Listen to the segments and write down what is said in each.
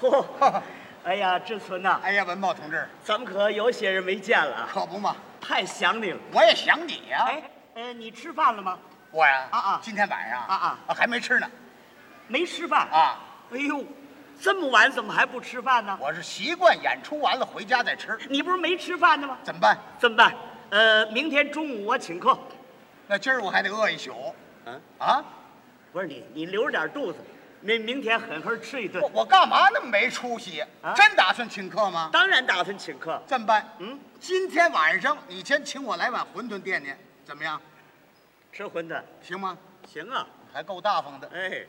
嚯， 哎呀，志存呐、哎呀，文茂同志，咱们可有些日没见了啊，可不嘛，太想你了。我也想你呀、哎，呃，你吃饭了吗？我呀，啊啊今天晚上啊啊还没吃呢，没吃饭。啊，哎呦，这么晚怎么还不吃饭呢？我是习惯演出完了回家再吃，你不是没吃饭的吗？怎么办？怎么办？呃，明天中午我请客。那今儿我还得饿一宿，嗯，啊，不是你，你留着点肚子，明明天狠狠吃一顿我。我干嘛那么没出息？啊真打算请客吗？当然打算请客。这么办，嗯，今天晚上你先请我来碗馄饨垫垫，怎么样？吃馄饨行吗？行啊。还够大方的，哎，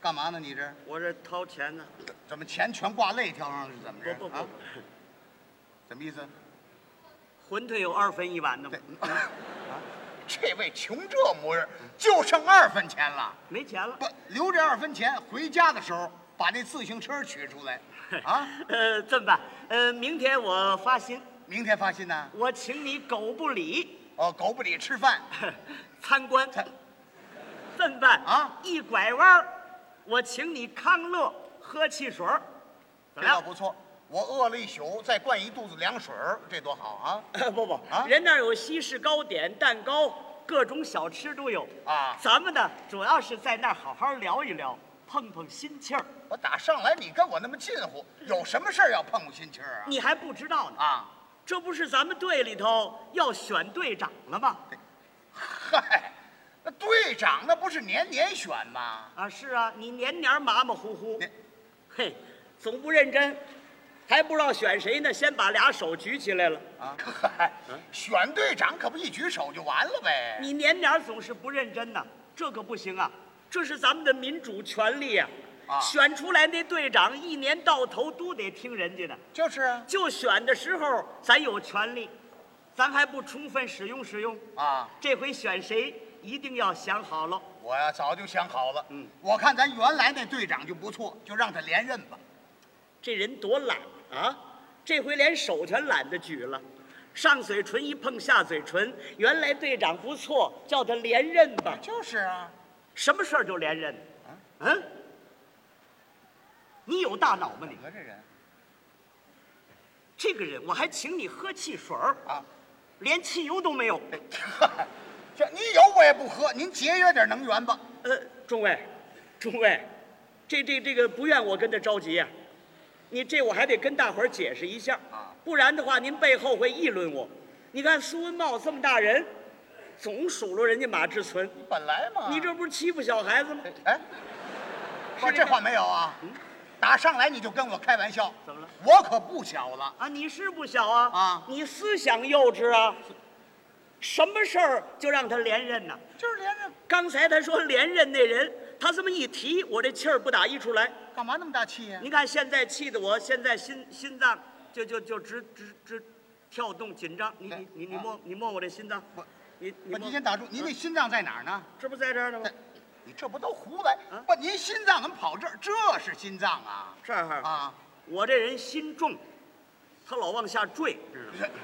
干嘛呢？你这我这掏钱呢。怎么钱全挂肋条上是怎么不着？不啊不，，什么意思？馄饨有二分一碗嗯的吗对？， 这位穷这模样，就剩二分钱了。没钱了。不留这二分钱，回家的时候把那自行车取出 来，啊，呃，这么办？呃，明天我发薪，明天发薪呢、我请你狗不理哦，狗不理吃饭，参观。参这么办啊？一拐弯儿，我请你康乐喝汽水儿，怎么这倒样？不错。我饿了一宿，再灌一肚子凉水儿，这多好啊！不不啊人那儿有西式糕点、蛋糕，各种小吃都有啊咱们呢，主要是在那儿好好聊一聊，碰碰心气儿。我打上来你跟我那么近乎，有什么事儿要碰我心气儿啊？你还不知道呢，啊，这不是咱们队里头要选队长了吗？嗨，那队长那不是年年选吗？啊，是啊，你年年马马虎虎年，嘿，总不认真，还不知道选谁呢，先把俩手举起来了。啊，嗨，选队长可不一举手就完了呗？嗯你年年总是不认真呐，这可不行啊！这是咱们的民主权利呀、啊选出来那队长一年到头都得听人家的，就是啊，就选的时候咱有权利，咱还不充分使用使用。啊，这回选谁一定要想好了。我呀早就想好了，嗯，我看咱原来那队长就不错，就让他连任吧。这人多懒啊！这回连手全懒得举了，上嘴唇一碰下嘴唇。原来队长不错，叫他连任吧。就是啊，什么事儿就连任？嗯？你有大脑吗你你？看这人这个人，我还请你喝汽水儿，啊， 连汽油都没有。这你有我也不喝，您节约点能源吧。呃，中尉，中尉，这这这个不怨我跟他着急呀、你这我还得跟大伙儿解释一下啊，不然的话您背后会议论我。你看苏文茂这么大人，总数落人家马志存，本来嘛你这不是欺负小孩子吗？哎，说这话没有啊？打上来你就跟我开玩笑，怎么了？我可不小了，啊，你是不小啊，啊你思想幼稚啊，什么事儿就让他连任呢、就是连任，刚才他说连任那人，他这么一提，我这气儿不打一处来。干嘛那么大气呀、您看现在气得我现在心心脏就就就直直直跳动紧张，你你你你摸你摸我这心脏不，你你哎摸不，您先打住，您那心脏在哪儿呢？这不在这儿呢吗这？嗯哎嗯你这不都胡来啊？不，您心脏怎么跑这儿？这是心脏啊！这儿哈，啊，我这人心重，他老往下坠，知道吗？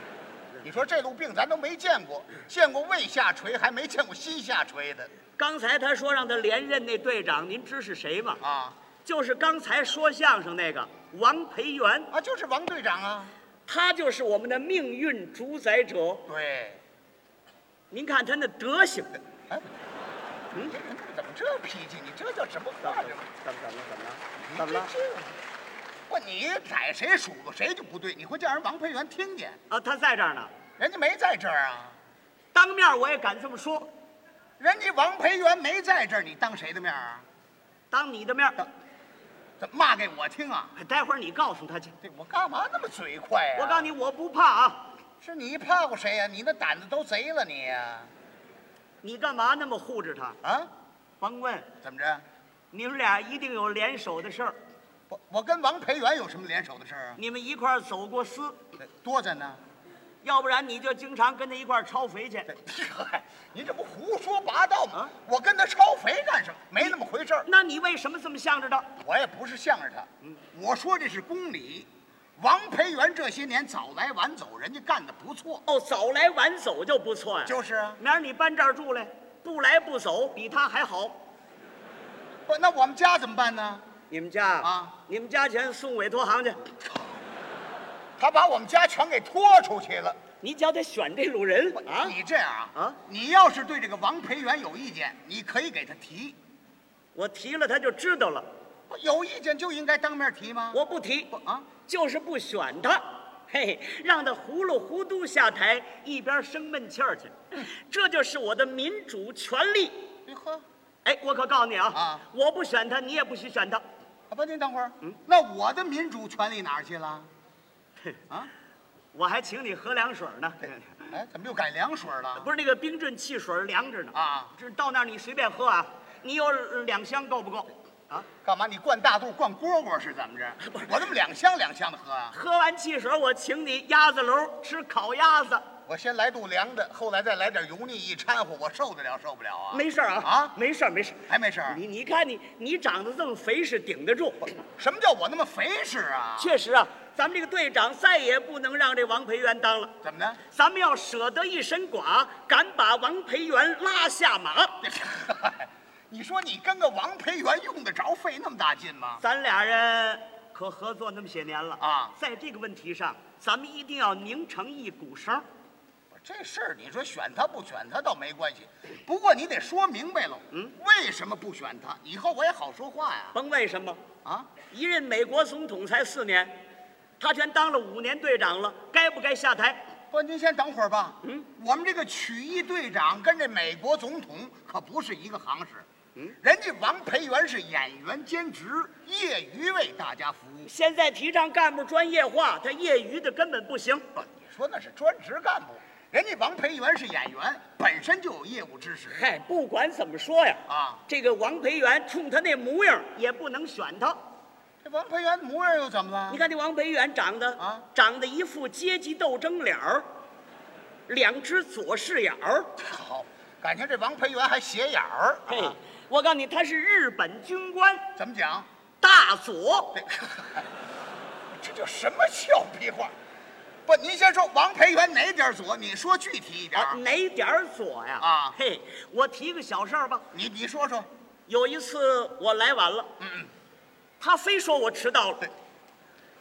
你说这路病咱都没见过，见过胃下垂，还没见过心下垂的刚才他说让他连任那队长，您知是谁吗？啊就是刚才说相声那个王培元，啊！就是王队长啊，他就是我们的命运主宰者。对。您看他那德行，你这人嗯怎么这脾气？你这叫什么话？这怎么怎么怎么了？你怎么了这？这不，你宰谁数落谁就不对，你会叫人王培元听见，啊，他在这儿呢，人家没在这儿啊，当面我也敢这么说，人家王培元没在这儿，你当谁的面啊？当你的面儿，怎么骂给我听啊？待会儿你告诉他去。对我干嘛那么嘴快呀、我告诉你，你，我不怕啊！是你怕过谁呀、啊你那胆子都贼了你呀、你干嘛那么护着他？啊？甭问，怎么着？你们俩一定有联手的事儿，我我跟王培元有什么联手的事儿啊？呃你们一块儿走过私，多着呢。呃要不然你就经常跟他一块儿抄肥去。 嗨，您这不胡说八道吗？啊我跟他超肥干什么？没那么回事儿。那你为什么这么向着他？我也不是向着他，嗯我说这是公理。王培元这些年早来晚走，人家干的不错。哦，早来晚走就不错呀、就是啊，明儿你搬这儿住来，不来不走，比他还好。不，那我们家怎么办呢？你们家啊，你们家钱送委托行去，他把我们家全给拖出去了。你叫他选这路人啊。你这样啊啊你要是对这个王培元有意见，你可以给他提。我提了他就知道了，不有意见就应该当面提吗？我不提不啊，就是不选他。嘿，让他糊里糊涂下台，一边生闷气儿去，这就是我的民主权利。你喝。哎，我可告诉你啊，啊我不选他，你也不许选他。啊，不，您等会儿。那我的民主权利哪儿去了？啊？我还请你喝凉水呢，哎，怎么又改凉水了？不是那个冰镇汽水凉着呢啊这到那儿你随便喝啊，你有两箱够不够？啊，干嘛？你灌大肚灌蝈蝈是怎么着？我怎么两箱两箱的喝啊？喝完汽水我请你鸭子楼吃烤鸭子，我先来肚凉的，后来再来点油腻，一掺和，我受得了受不了啊？没事儿啊啊啊没事儿没事儿。还没事儿。你你看你你长得这么肥是顶得住，什么叫我那么肥实啊？确实啊，咱们这个队长再也不能让这王培元当了，怎么的？ 咱们要舍得一身剐，敢把王培元拉下马。你说你跟个王培元用得着费那么大劲吗？咱俩人可合作那么些年了啊在这个问题上，咱们一定要拧成一股绳儿。我这事儿你说选他不选他倒没关系，不过你得说明白了，嗯，为什么不选他？以后我也好说话呀。甭为什么，啊，一任美国总统才四年，他全当了五年队长了，该不该下台？不，您先等会儿吧。嗯，我们这个曲艺队长跟这美国总统可不是一个行市。嗯，人家王培元是演员兼职，业余为大家服务。现在提倡干部专业化，他业余的根本不行。不，你说那是专职干部，人家王培元是演员，本身就有业务知识嗨，不管怎么说呀，啊。这个王培元冲他那模样也不能选他。这王培元模样又怎么了？你看这王培元长得啊长得一副阶级斗争脸儿，两只左视眼儿。好，感情这王培元还斜眼儿。嘿啊，我告诉你，他是日本军官怎么讲？大佐。这 这叫什么俏皮话？不，您先说王培元哪点儿左？你说具体一点儿。啊，哪点儿左呀？啊嘿，我提个小事儿吧。你你说说，有一次我来晚了，嗯，他非说我迟到了，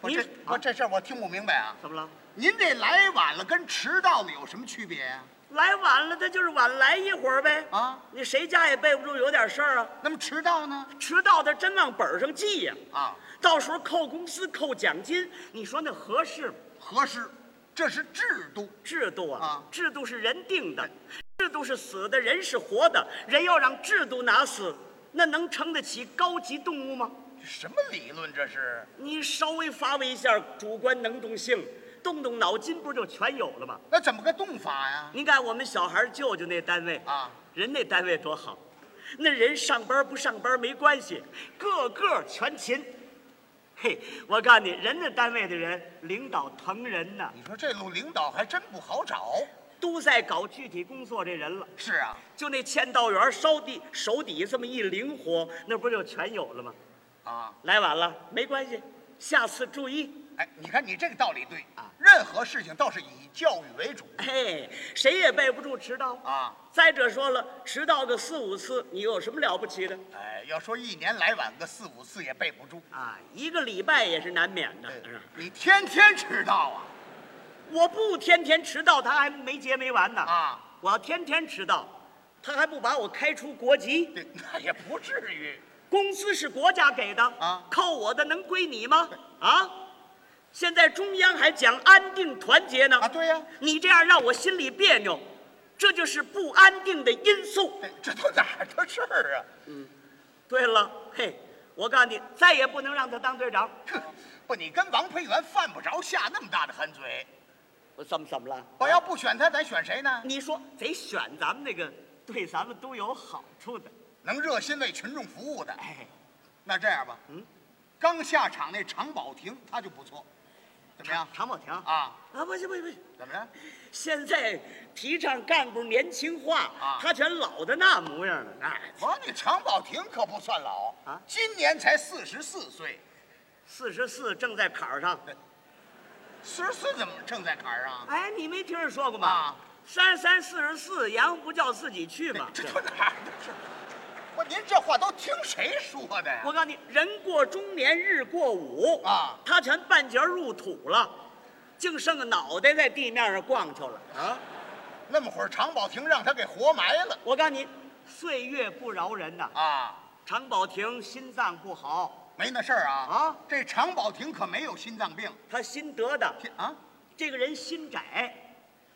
我您这我这事儿我听不明白啊。怎么了？您这来晚了跟迟到了有什么区别呀、来晚了，他就是晚来一会儿呗。啊，你谁家也备不住有点事儿啊，那么迟到呢？迟到他真往本儿上记呀、啊，到时候扣工资、扣奖金，你说那合适吗？合适，这是制度。制度啊，啊制度是人定的，制度是死的，人是活的，人要让制度拿死，那能撑得起高级动物吗？什么理论这是？你稍微发挥一下主观能动性，动动脑筋，不就全有了吗？那怎么个动法呀？您看我们小孩舅舅那单位啊，人那单位多好，那人上班不上班没关系，个个全勤。嘿，我告诉你，人家单位的人领导疼人呐，你说这路领导还真不好找。都在搞具体工作这人了。是啊，就那签到员烧地手底这么一灵活，那不就全有了吗？啊，来晚了没关系，下次注意。哎，你看你这个道理对啊，任何事情倒是以教育为主嘿，谁也备不住迟到。啊。再者说了，迟到个四五次，你有什么了不起的？哎，要说一年来晚个四五次也备不住。啊，一个礼拜也是难免的。是吧你天天迟到啊？我不天天迟到，他还没结没完呢。啊，我要天天迟到，他还不把我开除国籍？对，那也不至于。工资是国家给的啊扣我的能归你吗？啊，现在中央还讲安定团结呢。啊，对呀、你这样让我心里别扭，这就是不安定的因素。这这都哪儿的事儿啊？对了，嘿，我告诉你，再也不能让他当队长。哼， 不，你跟王培元犯不着下那么大的狠嘴。我怎么怎么了？我要不选他，咱选谁呢？你说得选咱们那个对咱们都有好处的。能热心为群众服务的。哎，那这样吧，嗯，刚下场那常宝霆他就不错，怎么样？常宝强啊啊，啊，不行不行不行，怎么着？现在提倡干部年轻化，啊他全老的那模样了。哎那我你常宝霆可不算老啊今年才四十四岁，四十四正在坎儿上。四十四怎么正在坎儿上？哎，你没听人说过吗啊？哎三十三四十四，羊不叫自己去嘛。这都哪儿的事儿？不，您这话都听谁说的呀我？告诉你，人过中年日过午啊他全半截入土了，净剩个脑袋在地面上逛去了。啊，那么会儿常宝霆让他给活埋了我告诉你，岁月不饶人呐、啊，常宝霆心脏不好，没那事儿啊啊！这常宝霆可没有心脏病他心得的，天啊，这个人心窄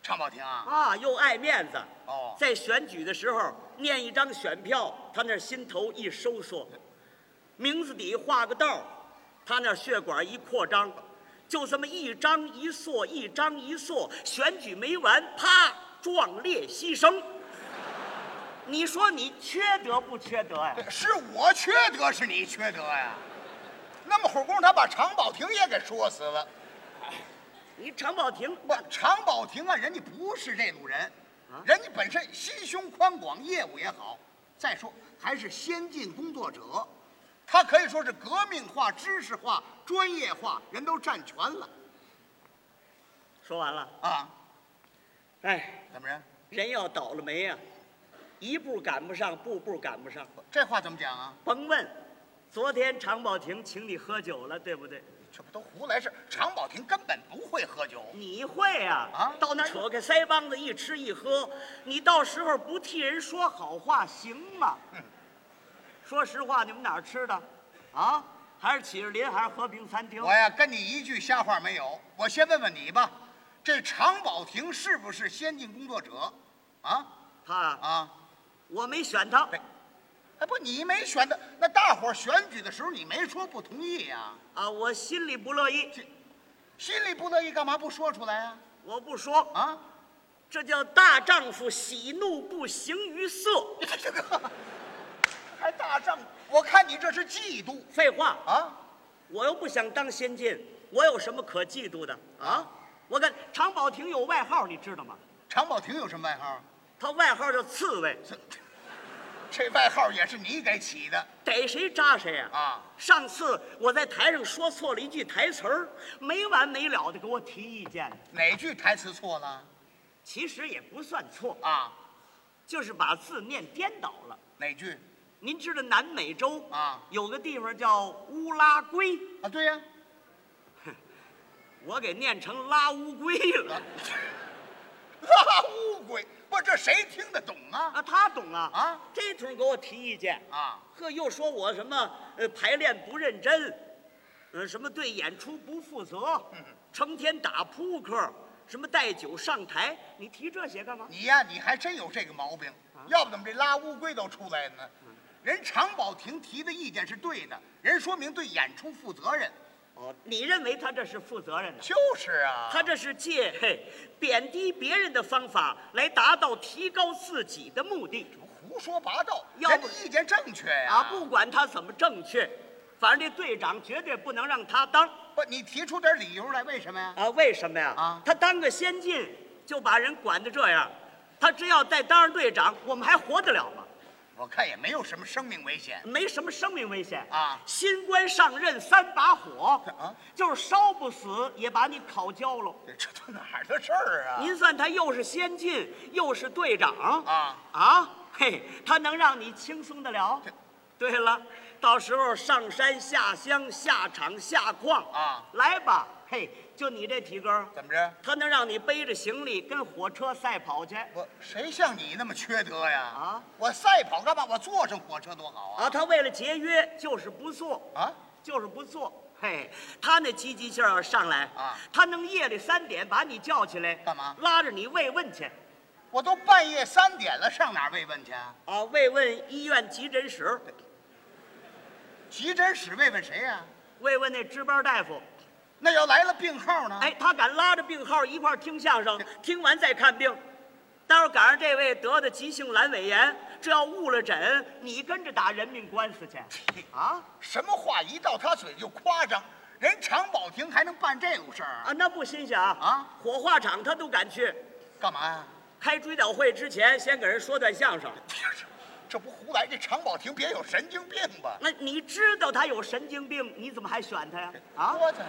常宝霆啊，啊，又爱面子。哦在选举的时候念一张选票，他那心头一收缩，名字底画个道儿他那血管一扩张，就这么一张一缩，一张一缩，选举没完，啪，壮烈牺牲。你说你缺德不缺德呀、是我缺德，是你缺德呀？那么会儿功夫他把常宝霆也给说死了。你常宝霆不，常宝霆啊，人家不是这路人，人家本身心胸宽广，业务也好。再说还是先进工作者，他可以说是革命化、知识化、专业化，人都占全了说完了，啊！哎，怎么着？人要倒了霉呀、一步赶不上，步步赶不上。这话怎么讲啊？甭问，昨天常宝霆请你喝酒了，对不对？这不都胡来事？常宝霆根本不会喝酒，你会啊？啊到那儿扯开腮帮子一吃一喝，你到时候不替人说好话行吗？嗯说实话，你们哪儿吃的？啊，还是启士林，还是和平餐厅我？呀跟你一句瞎话没有。我先问问你吧，这常宝霆是不是先进工作者？啊他，啊！我没选他对哎，不，你没选的，那大伙儿选举的时候你没说不同意呀、啊，我心里不乐意，心里不乐意，干嘛不说出来呀、我不说，啊？啊，这叫大丈夫喜怒不形于色。这个还大丈夫，我看你这是嫉妒废话，啊！我又不想当先进，我有什么可嫉妒的啊？我跟常宝霆有外号，你知道吗？常宝霆有什么外号？他外号叫刺猬，这这外号也是你给起的逮谁扎谁呀、啊？上次我在台上说错了一句台词儿，没完没了的给我提意见，哪句台词错了其实也不算错，啊？就是把字念颠倒了。哪句？您知道南美洲啊有个地方叫乌拉圭，啊，对呀、 我给念成拉乌龟了拉乌龟，不，这谁听得懂啊？啊，他懂啊啊，这通给我提意见啊，呵，又说我什么呃排练不认真，呃什么对演出不负责，嗯成天打扑克，什么带酒上台，你提这些干嘛？你呀、你还真有这个毛病，要不怎么这拉乌龟都出来了呢？人常宝霆提的意见是对的，人说明对演出负责任。哦，你认为他这是负责任的？就是啊，他这是借嘿贬低别人的方法来达到提高自己的目的胡说八道，要人不家意见正确呀、啊！不管他怎么正确，反正这队长绝对不能让他当不，你提出点理由来，为什么呀？啊！为什么呀？啊他当个先进就把人管得这样，他只要再当上队长，我们还活得了吗？我看也没有什么生命危险。没什么生命危险啊新官上任三把火啊就是烧不死也把你烤焦了。这这都哪儿的事儿啊？您算他又是先进又是队长啊啊，嘿，他能让你轻松得了？对了，到时候上山下乡下场下矿啊，来吧，嘿，就你这体格儿，怎么着？他能让你背着行李跟火车赛跑去我谁像你那么缺德呀？啊！我赛跑干嘛？我坐上火车多好啊！啊，他为了节约就是不做。啊，就是不做。嘿，他那积极性要上来啊他能夜里三点把你叫起来，干嘛拉着你慰问去我都半夜三点了，上哪儿慰问去啊？啊，慰问医院急诊室，急诊室慰问谁呀、慰问那值班大夫。那要来了病号呢？哎，他敢拉着病号一块儿听相声，听完再看病。待会儿赶上这位得的急性阑尾炎，这要误了诊，你跟着打人命官司去啊什么话一到他嘴就夸张，人常宝霆还能办这种事儿啊？啊，那不新鲜啊啊！火化场他都敢去，干嘛啊呀、开追悼会之前先给人说段相声。这不胡来！这常宝霆别有神经病吧？那你知道他有神经病，你怎么还选他呀？啊，多的，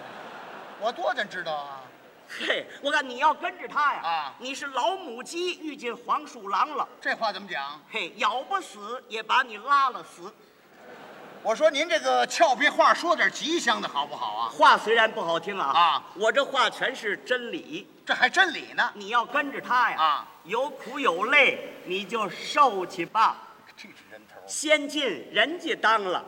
我多的知道啊！嘿，我看你要跟着他呀，啊你是老母鸡遇见黄鼠狼了，这话怎么讲？嘿，咬不死也把你拉了死。我说您这个俏皮话说点吉祥的好不好啊？话虽然不好听啊，啊我这话全是真理。这还真理呢。你要跟着他呀，啊有苦有累你就受去吧。这是人头。先进人家当了，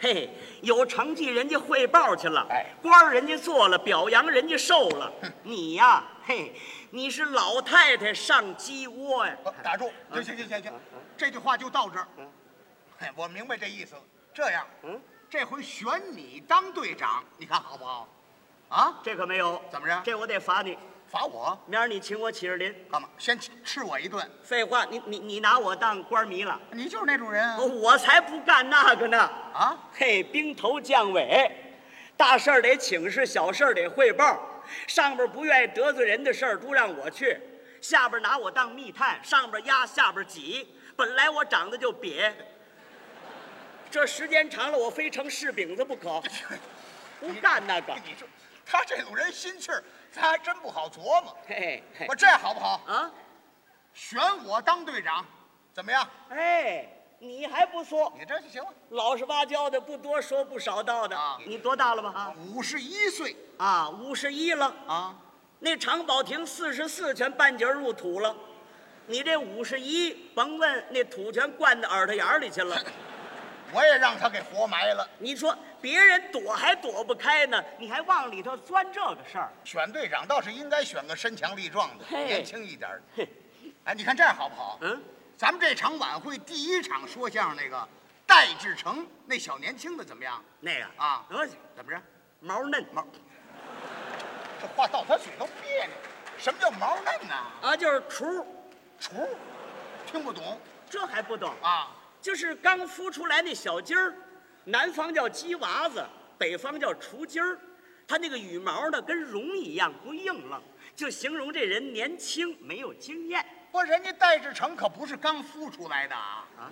嘿，有成绩人家汇报去了，嗯哎官儿人家做了，表扬人家受了。你呀、嘿，你是老太太上鸡窝呀。不哦打住！行行行行行，这句话就到这儿。嘿我明白这意思了。这样，这回选你当队长，你看好不好？啊，这可没有，怎么着这我得罚你，罚我明儿你请我起士林。干嘛？先吃吃我一顿。废话，你你你拿我当官迷了，哦你就是那种人啊！我才不干那个呢。啊，嘿，兵头将尾，大事儿得请示，小事儿得汇报。上边不愿意得罪人的事儿都让我去，下边拿我当密探，上边压，下边挤。本来我长得就瘪，这时间长了，我非成柿饼子不可。不干那个，你说他这种人心气儿，咱还真不好琢磨。嘿嘿哎我这样好不好？啊，选我当队长，怎么样？哎，你还不错，你这就行了。老实巴交的，不多说不少道的啊。你多大了吧？五十一岁啊，五十一了。啊，那常宝亭四十四全半截儿入土了，你这五十一，甭问那土全灌到耳朵眼儿里去 了。我也让他给活埋了。你说别人躲还躲不开呢，你还往里头钻这个事儿？选队长倒是应该选个身强力壮的、嘿年轻一点儿的嘿。哎，你看这样好不好？嗯，咱们这场晚会第一场说相声那个戴志成那小年轻的怎么样？那个啊得怎么着？毛嫩毛，这话到他嘴都别扭。什么叫毛嫩呐、啊，就是雏，厨，听不懂这还不懂？啊？就是刚孵出来那小鸡儿，南方叫鸡娃子，北方叫雏鸡儿，它那个羽毛呢跟绒一样不硬朗，就形容这人年轻没有经验。不，人家戴志成可不是刚孵出来的啊！啊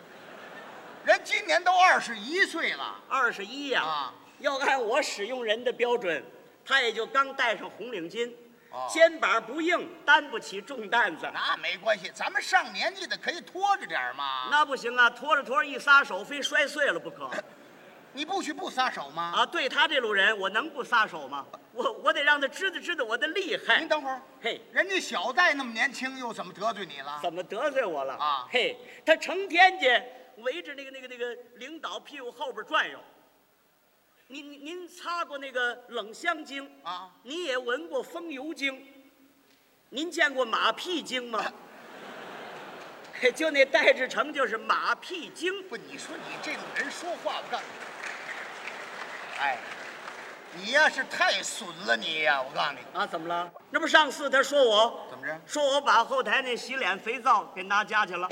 人今年都二十一岁了，二十一呀，啊要按我使用人的标准，他也就刚戴上红领巾，哦肩膀不硬，担不起重担子。那没关系，咱们上年纪的可以拖着点儿嘛。那不行啊，拖着拖着一撒手，非摔碎了不 可你不许不撒手吗？啊！对他这路人，我能不撒手吗？我我得让他知道知道我的厉害您。等会儿，嘿，人家小戴那么年轻，又怎么得罪你了？怎么得罪我了啊嘿，他成天去围着那个那个那个领导屁股后边转悠。您您您擦过那个冷香精啊？哦你也闻过风油精？您见过马屁精吗？ 嘿就那戴志成就是马屁精，不，你说你这种人说话，我告诉你，哎，你呀是太损了，你呀，我告诉你，啊，怎么了？那不上次他说我怎么着说我把后台那洗脸肥皂给拿家去了。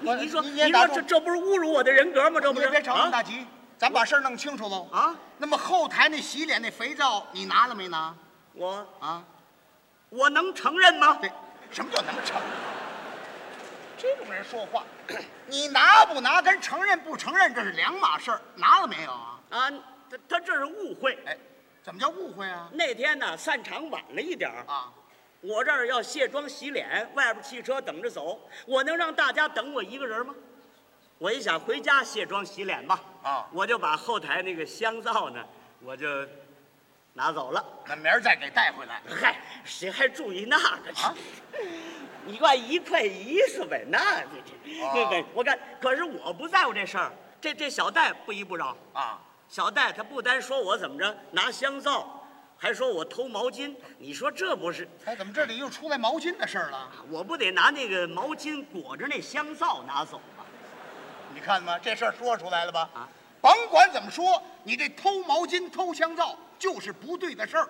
你我你说你你先说打住这这不是侮辱我的人格吗？这不你是也别吵那么大啊急，咱把事儿弄清楚喽。啊！那么后台那洗脸那肥皂你拿了没拿？我啊，我能承认吗？对，什么叫能承认？这种人说话，你拿不拿跟承认不承认这是两码事儿，拿了没有啊？啊，他他这是误会。哎，怎么叫误会啊？那天呢，散场晚了一点儿，啊，我这儿要卸妆洗脸，外边汽车等着走，我能让大家等我一个人吗？我一想回家卸妆洗脸吧，啊我就把后台那个香皂呢，我就拿走了。那明儿再给带回来。嗨，谁还注意那个去？啊你管一块一是呗？那这这、哦那个，我看，可是我不在乎这事儿。这这小戴不依不饶，啊，小戴他不单说我怎么着拿香皂，还说我偷毛巾。你说这不是？哎，怎么这里又出来毛巾的事儿了？我不得拿那个毛巾裹着那香皂拿走吗？你看嘛，这事儿说出来了吧？啊甭管怎么说，你这偷毛巾、偷香皂就是不对的事儿。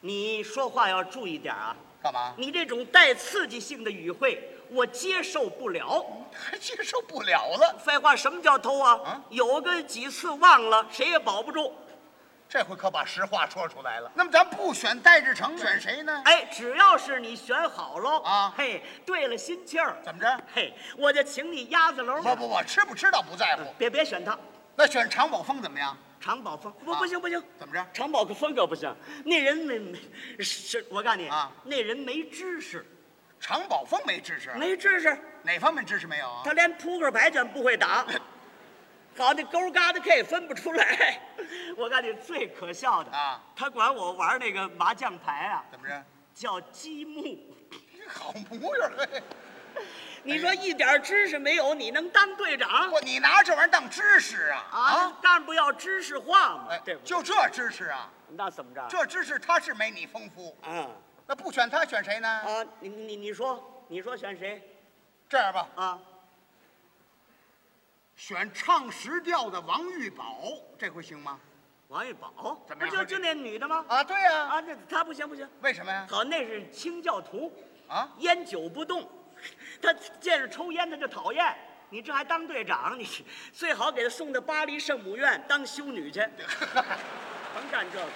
你说话要注意点啊！干嘛？ 你这种带刺激性的语汇，我接受不了。还接受不了了，废话，什么叫偷啊？啊有个几次忘了，谁也保不住。这回可把实话说出来了。那么咱不选戴志成，选谁呢？哎，只要是你选好喽啊嘿，对了心气儿，怎么着？嘿，我就请你鸭子楼。不不不，吃不吃倒不在乎。别别选他，嗯那选常宝峰怎么样？常宝峰不啊不行不行，怎么着常宝峰可不行，那人没没是，我告诉你啊那人没知识，常宝峰没知识，没知识，哪方面知识没有啊？他连扑克牌全不会打，搞那勾嘎的 K 分不出来。 我告诉你最可笑的啊，他管我玩那个麻将牌啊，怎么着？叫积哎木。好模样儿！嘿你说一点知识没有，你能当队长不，你拿这玩意儿当知识啊？啊？干部要知识化嘛哎，对不对？就这知识啊？那怎么着？这知识他是没你丰富，啊那不选他选谁呢？啊，你你你说，你说选谁这样吧，啊？选唱实调的王玉宝，这回行吗？王玉宝？怎么样不就就那女的吗？啊，对呀、啊，那她不行不行。为什么呀？好，那是清教徒。啊，烟酒不动，他见着抽烟他就讨厌。你这还当队长，你最好给他送到巴黎圣母院当修女去，甭干这个。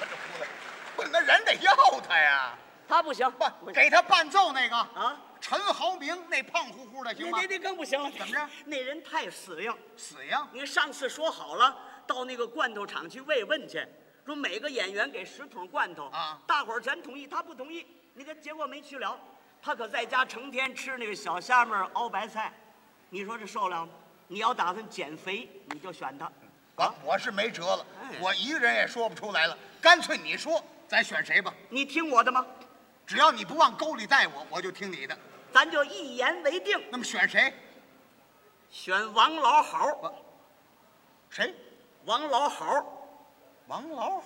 不，那人得要他呀，他不行，不给他伴奏那个啊，陈豪明那胖乎乎的那行吗那？那更不行了。怎么着？那人太死硬。死呀！你上次说好了，到那个罐头厂去慰问去，说每个演员给十桶罐头啊大伙儿全同意，他不同意。你看结果没去了，他可在家成天吃那个小虾米儿熬白菜，你说这受了吗？你要打算减肥，你就选他。我我是没辙了啊哎，我一个人也说不出来了，干脆你说，咱选谁吧？你听我的吗？只要你不往沟里带我，我就听你的。咱就一言为定，那么选谁？选王老好。谁？王老好王老好。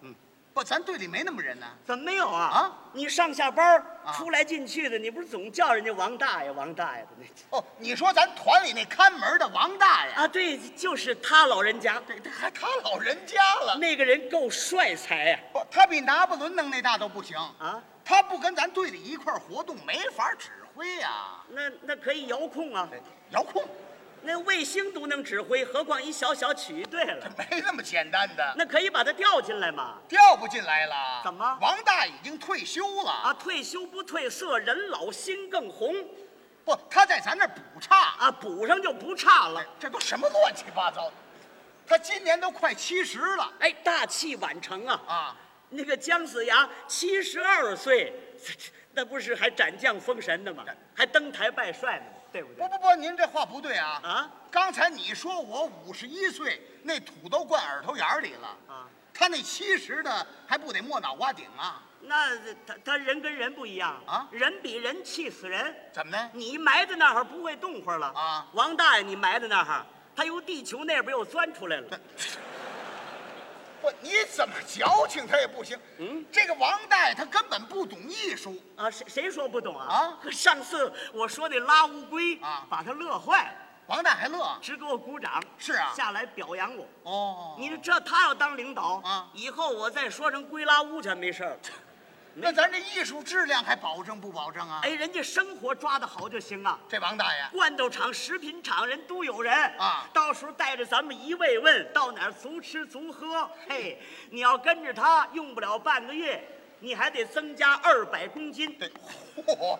嗯，不，咱队里没那么人呢。怎么没有啊？啊，你上下班儿啊出来进去的，你不是总叫人家王大爷、王大爷的那？哦，你说咱团里那看门的王大爷，啊，对，就是他老人家。这这还他老人家 了，那个人够帅才啊呀、不，他比拿破仑能耐大都不行啊！他不跟咱队里一块儿活动，没法指挥呀、那那可以遥控啊，遥控那卫星都能指挥，何况一小小曲艺队 了？ 没那么简单的，那可以把他调进来嘛？调不进来了。怎么王大已经退休了啊，退休不褪色，人老心更红不，他在咱那儿补差。啊，补上就不差了。这都什么乱七八糟的？他今年都快七十了哎，大器晚成啊！啊！那个姜子牙七十二岁， 那不是还斩将封神呢吗？还登台拜帅呢，对不对不？不不，您这话不对啊！啊，刚才你说我五十一岁，那土都灌耳朵眼儿里了啊！他那七十的还不得没脑瓜顶啊？那他他人跟人不一样啊人比人气死人。怎么呢？你埋在那儿不会动会儿了啊王大爷，你埋在那儿，他由地球那边又钻出来了。不，你怎么矫情他也不行。嗯，这个王大爷他根本不懂艺术，啊，谁谁说不懂啊？啊可上次我说那拉乌龟啊把他乐坏了，王大爷还乐只给我鼓掌。是啊下来表扬我。哦你这他要当领导啊以后我再说成龟拉乌全没事儿了。那咱这艺术质量还保证不保证啊？哎，人家生活抓得好就行啊。这王大爷罐头厂、食品厂人都有人啊到时候带着咱们一慰问，到哪儿足吃足喝。嘿，你要跟着他，用不了半个月，你还得增加二百公斤对，嚯，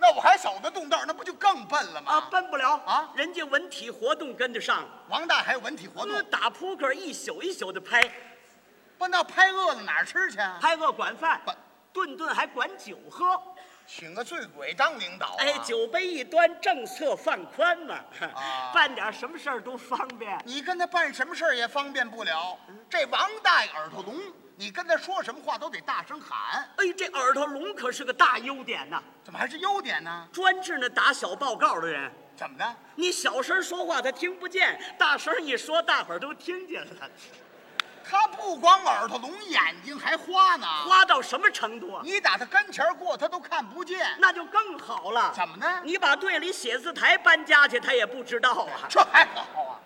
那我还走得动道儿，那不就更笨了吗？啊，奔不了啊人家文体活动跟得上，王大还有文体活那动，打扑克一宿一宿的拍，不那拍饿了哪儿吃去啊？拍个管饭不，顿顿还管酒喝。请个醉鬼当领导、啊，哎，酒杯一端，政策放宽嘛，啊 办点什么事儿都方便。你跟他办什么事儿也方便不了。嗯这王大爷耳朵聋，你跟他说什么话都得大声喊，哎，这耳朵聋可是个大优点呐、怎么还是优点呢？专治那打小报告的人。怎么的？你小声说话他听不见，大声一说大伙儿都听见了，他不光耳朵聋，眼睛还花呢。花到什么程度啊？你打他跟前儿过，他都看不见。那就更好了。怎么呢嗯你把队里写字台搬家去，他也不知道啊。这还好啊？